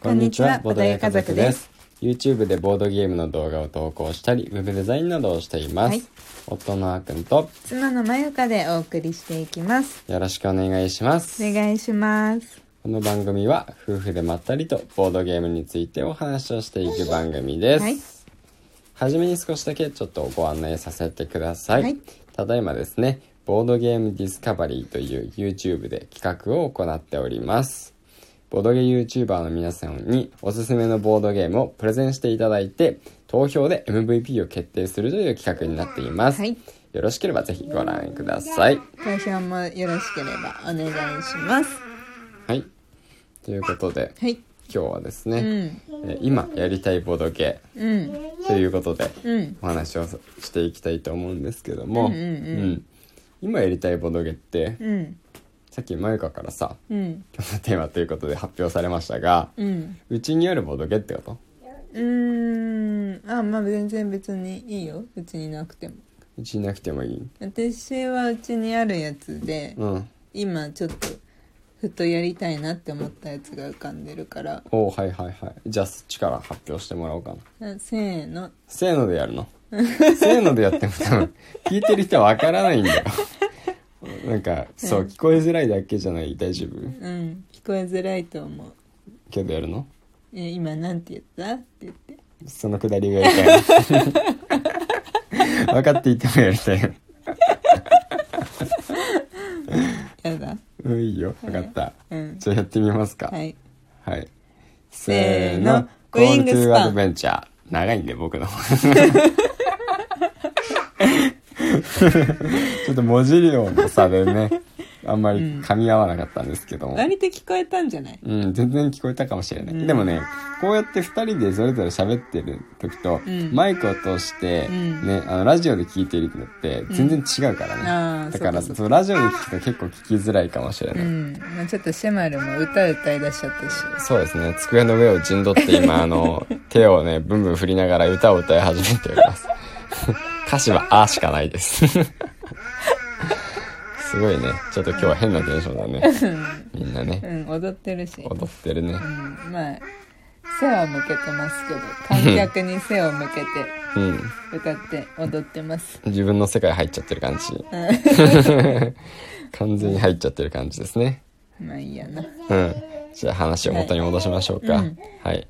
こんにちはボドゲ家族です。 YouTube でボードゲームの動画を投稿したり、ウェブデザインなどをしています。はい夫のあーくんと、妻のまゆかでお送りしていきますよろしくお願いします。お願いしますこの番組は、夫婦でまったりとボードゲームについてお話をしていく番組です。はいはじめに少しだけちょっとご案内させてください。はいただいまですね、ボードゲームディスカバリーという YouTube で企画を行っております。ボードゲ YouTuber の皆さんにおすすめのボードゲームをプレゼンしていただいて、投票で MVP を決定するという企画になっています。はいよろしければぜひご覧ください。投票もよろしければお願いしますはい。ということで、はい今日はですね、えー今やりたいボードゲーうんということで、うんお話をしていきたいと思うんですけども、うんうんうん今やりたいボドゲって、うんさっきまゆかからさうん今日のテーマということで発表されましたがうんうちにあるボドゲってことうーんあまあ全然別にいいようちになくてもうちになくてもいい私はうちにあるやつでうん今ちょっとふとやりたいなって思ったやつが浮かんでるからおおはいはいはいじゃあそっちから発表してもらおうかなあせーのせーのでやる のせーのでやっても多分聞いてる人はわからないんだよなんかそう聞こえづらいだけじゃない大丈夫うん聞こえづらいと思うけどやるのえ今なんて言ったって言ってそのくだりがやりたい 分かっていてもやりたいよやだうん、いいよ。わかった。うんじゃあやってみますか。ははい。いせーの。せーの Call ウィング to スパン Adventure 長いんで、僕の。 ちょっと文字量の差でね、あんまり噛み合わなかったんですけども。割と聞こえたんじゃないうん、全然聞こえたかもしれない。でもね、こうやって二人でそれぞれ喋ってる時と、んマイクを通して、んね、あの、ラジオで聞いてるのって全然違うからね。あーだから、そそうかそうかう、ラジオで聞くと結構聞きづらいかもしれない。うん、まあ、ちょっとシェマルも歌歌い出しちゃったしそうですね机の上を陣取って今あの 手をねブンブン振りながら歌を歌い始めております 歌詞は「あ」しかないです すごいねちょっと今日は変なテンションだねみんなうねん踊ってるし、踊ってるねうん、まあ背は向けてますけど観客に背を向けてうん歌って踊ってます自分の世界入っちゃってる感じ完全に入っちゃってる感じですねまあいいやなうんじゃあ話を元に戻しましょうかははい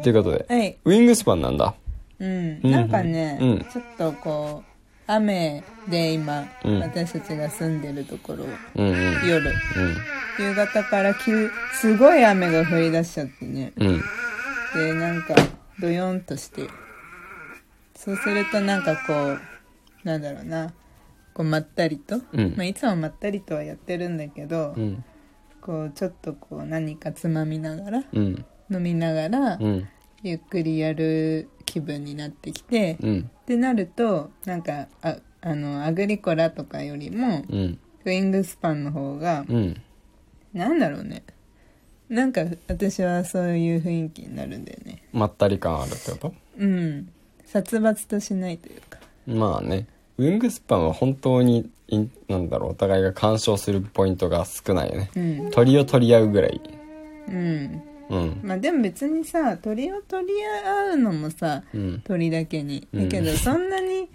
い、ということで、はいウィングスパンなんだうんんなんかね、うんちょっとこう雨で今、うん私たちが住んでるところうんうん夜夕方から急すごい雨が降り出しちゃってねうんうんでなんかドヨンとしてそうするとなんかこうなんだろうなこうまったりと、うんまあ、いつもまったりとはやってるんだけど、うんこうちょっとこう何かつまみながらうん飲みながら、うんゆっくりやる気分になってきて、っうんてなるとなんかああのアグリコラとかよりも、うんウィングスパンの方が、うんなんだろうねなんか私はそういう雰囲気になるんだよねまったり感あるってことうん殺伐としないというかまあねウィングスパンは本当にいなんだろうお互いが干渉するポイントが少ないよねうん鳥を取り合うぐらいうんうんまあでも別にさ鳥を取り合うのもさうん鳥だけにうだんけどそんなに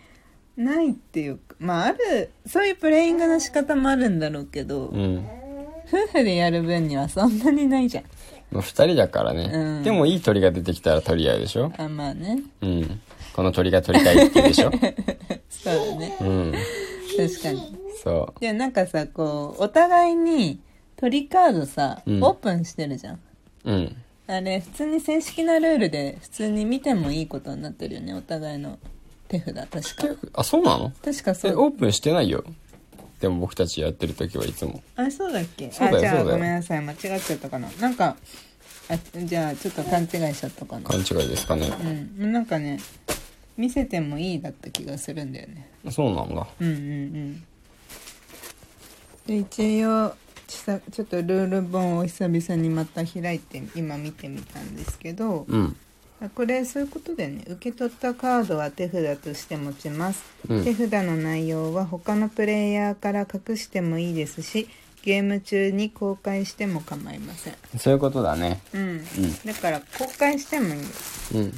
ないっていうかまああるそういうプレイングの仕方もあるんだろうけど、うん夫婦でやる分にはそんなにないじゃんまあ、二人だからね、うんでもいい鳥が出てきたら取り合うでしょあまあねうんこの鳥が取りたいって言うで しょそうだねうん確かにそでなんかさこうお互いに鳥カードさ、うんオープンしてるじゃんううんあれ普通に正式なルールで普通に見てもいいことになってるよねお互いの手札確かあそうなの確かそえうオープンしてないよでも僕たちやってる時はいつもあそうだっけそうだよあじゃあそうだごよめんなさい間違っちゃったかななんかあじゃあちょっと勘違いしちゃったかな勘違いですかねうんなんかね見せてもいいだった気がするんだよねそうなんだうんうんうんで一応ちさちょっとルール本を久々にまた開いて今見てみたんですけど、うんあこれそういうことだよね受け取ったカードは手札として持ちます、うん手札の内容は他のプレイヤーから隠してもいいですしゲーム中に公開しても構いませんそういうことだねうん、んだから公開してもいいようん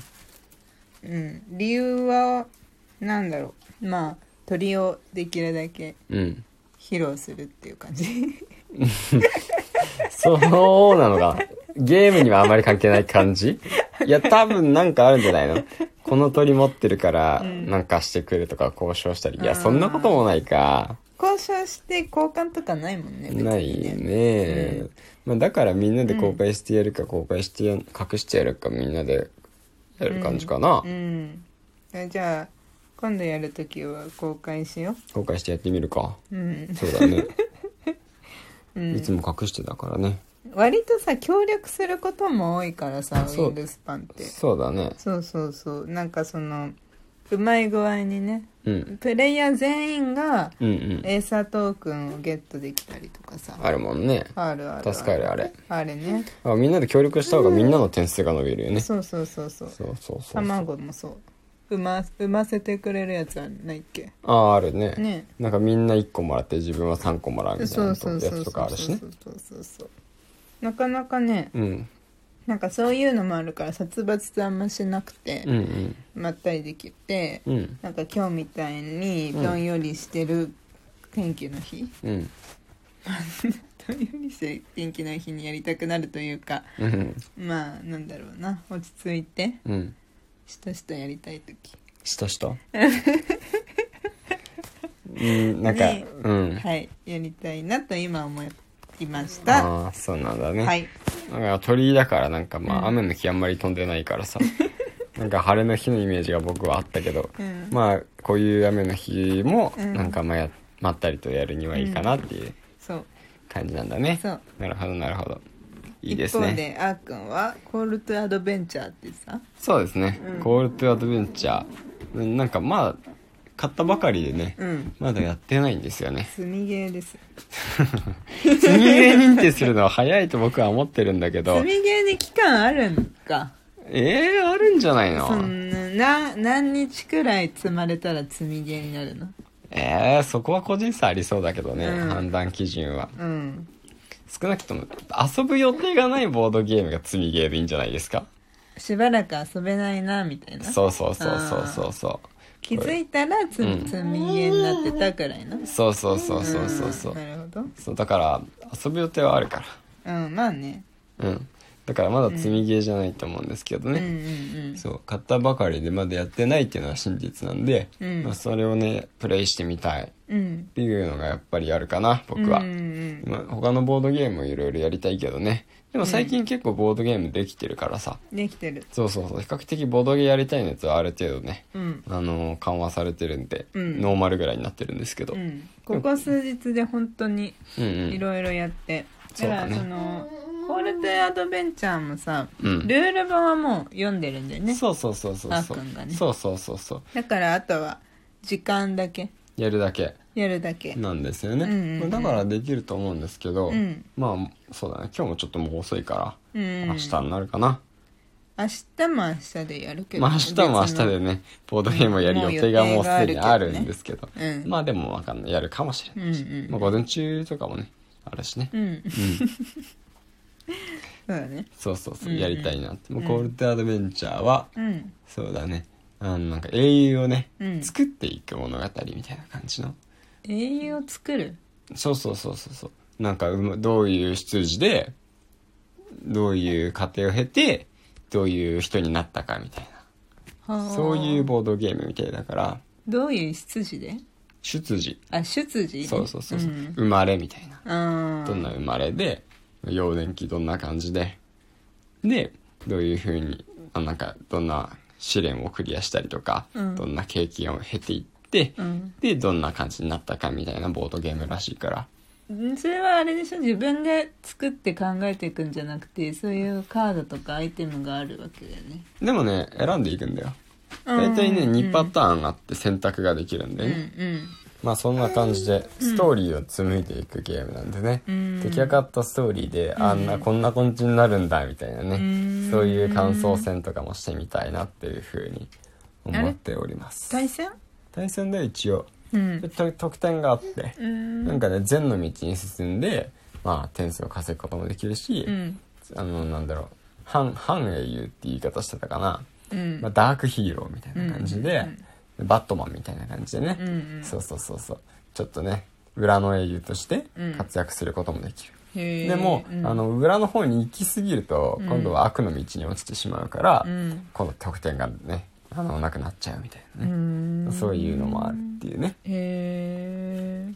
うん理由はなんだろうまあ鳥をできるだけうん披露するっていう感じ そうなのかゲームにはあまり関係ない感じいや多分なんかあるんじゃないのこの鳥持ってるからなんかしてくれとか交渉したり、いやそんなこともないか交渉して交換とかないもんね別にねないねまあ、だからみんなで公開してやるか公開してや隠してやるかみんなでやる感じかな、うんえじゃあ今度やるときは公開しよ公開してやってみるかううんそうだ ね、いつも隠してだからね割とさ協力することも多いからさウそうィングスパンってそうだねそうそうそうなんかそのうまい具合にねうんプレイヤー全員がうんうんエーサートークンをゲットできたりとかさあるもんねあるある助かるあれあれねあみんなで協力した方がみんなの点数が伸びるよね、そうそうそうそうそうそうそう卵もそう産ま産ませてくれるやつはないっけあああるねねなんかみんな1個もらって自分は3個もらうみたいそなうとそうやそうつそとうかあるしねそうそうそうそうなかなかねうんなんかそういうのもあるから殺伐とあんましなくてうんうんまったりできてうんなんか今日みたいにどんよりしてる天気の日、うんどんよりしてる天気の日にやりたくなるというかうんまあなんだろうな落ち着いてうんしとしとやりたい時した したうんなんか、ねうんはいやりたいなと今思いましたああそうなんだね、はいなんか鳥居だからなんかまうんあ雨の日あんまり飛んでないから さなんか晴れの日のイメージが僕はあったけど、うんまあこういう雨の日もうんなんかまあやまったりとやるにはいいかなっていうそう感じなんだね、そうなるほどなるほどいいです一方ねであーくんは「コールトゥアドベンチャー」ってさそうですね、うんコールトゥアドベンチャーうんなんかまあ買ったばかりでね、うんまだやってないんですよね積みゲーです積み上げ認定するのは早いと僕は思ってるんだけど積みゲーに期間あるんかえー、あるんじゃないのそんなな何日くらい積まれたら積みゲーになるのえー、そこは個人差ありそうだけどね、うん判断基準はうん少なくとも遊ぶ予定がないボードゲームが積みゲーでいいんじゃないですかしばらく遊べないなみたいなそうそうそうそうそうそう気づいたら積み,、うん積みゲーになってたくらいのそうそうそうそうそうそう,、んなるほどそうだから遊ぶ予定はあるかうんまあねらうんだからまだ積みゲーじゃないと思うんですけどうんうね、んそう買ったばかりでまだやってないっていうのは真実なんで、うんまあ、それをねプレイしてみたいっうんうんていうのがやっぱりあるかな僕は、うんうんまあ他のボードゲームもいろいろやりたいけどねでも最近結構ボードゲームできてるからさ、うんできてるそうそうそう比較的ボードゲーやりたいのやつはある程度ね、うんあのー緩和されてるんで、うんノーマルぐらいになってるんですけど、うんここ数日で本当にうんうんいろいろやって、そうだかだらねその「コール・トゥ・アドベンチャー」もさ、うんルール本はもう読んでるんだよねそうそうそうそうあそーうくんがねそうそうそうそうだからあとは時間だけやるだけやるだけなんですよね、うんうんうんまあだからできると思うんですけど、うんまあそうだね今日もちょっともう遅いから、うん明日になるかな、明日も明日でやるけどまあ明日も明日でねボードゲームをやる予定がもうすでにあるんですけど、うんまあでもわかんないやるかもしれないし、うんうんまあ、午前中とかもねあるしね、うん、うん、そうだねそうそうそううんうんやりたいなって、もうコールドアドベンチャーは、うんそうだねあのなんか英雄をね、うん作っていく物語みたいな感じの英雄を作るそうそうそうそうそうなんかうまどういう出自でどういう過程を経てどういう人になったかみたいはなあそういうボードゲームみたいだからどういう出自で出自あ出自そうそうそうそう、ん、生まれみたいなあーどんな生まれで幼年期どんな感じででどういうふうにあなんかどんな試練をクリアしたりとか、うんどんな経験を経ていって、うんでどんな感じになったかみたいなボードゲームらしいからんそれはあれでしょ自分で作って考えていくんじゃなくてそういうカードとかアイテムがあるわけだよねでもね選んでいくんだよ大体ね2パターンあって選択ができるんでうんね、まあそんな感じでストーリーを紡いでいくゲームなんでね、うん出来上がったストーリーであんなこんな感じになるんだみたいなね、んそういう感想戦とかもしてみたいなっていうふうに思っております対戦対戦では一応うんでと得点があって、うんなんかね善の道に進んでまあ、点数を稼ぐこともできるし、うんあの、なんだろう、反、反英雄って言い方してたかな。うんまあ、ダークヒーローみたいな感じで、うんバットマンみたいな感じでね、うんうんそうそうそうそうちょっとね裏の英雄として活躍することもできる、へーでも、うんあの裏の方に行き過ぎると今度は悪の道に落ちてしまうから、うん今度得点がねあのなくなっちゃうみたいなうね、んそういうのもあるっていうねへえ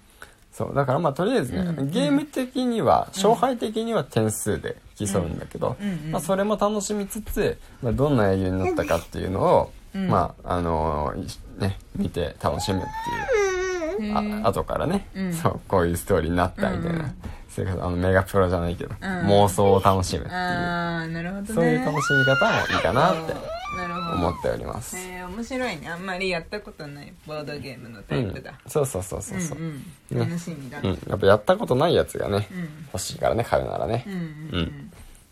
そうだからまあとりあえずね、うんゲーム的には勝敗的には点数で競うんだけど、うんうんまあ、それも楽しみつつ、まあ、どんな英雄になったかっていうのを、うんまああのいね見て楽しむっていうあ後からね、うんそうこういうストーリーになったみたいな、うんうんそれこそあのメガプロじゃないけど、ん妄想を楽しむっていうああなるほどねそういう楽しみ方もいいかなってなるほど思っております、えー、面白いねあんまりやったことないボードゲームのタイプだ、うん、そうそうそうそうそううんうん楽しみだ、うん、やっぱやったことないやつがね、ん欲しいからね買うならね、うっん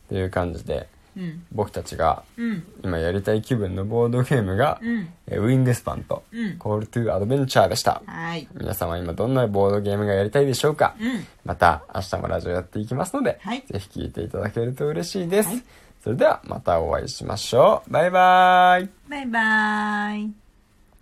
ていう感じでうん僕たちがうん今やりたい気分のボードゲームが、うんえウィングスパンと、うんコールトゥーアドベンチャーでした、はい皆様今どんなボードゲームがやりたいでしょうか、うんまた明日もラジオやっていきますので、はいぜひ聞いていただけると嬉しいです、それではまたお会いしましょうバイバイバイバーイ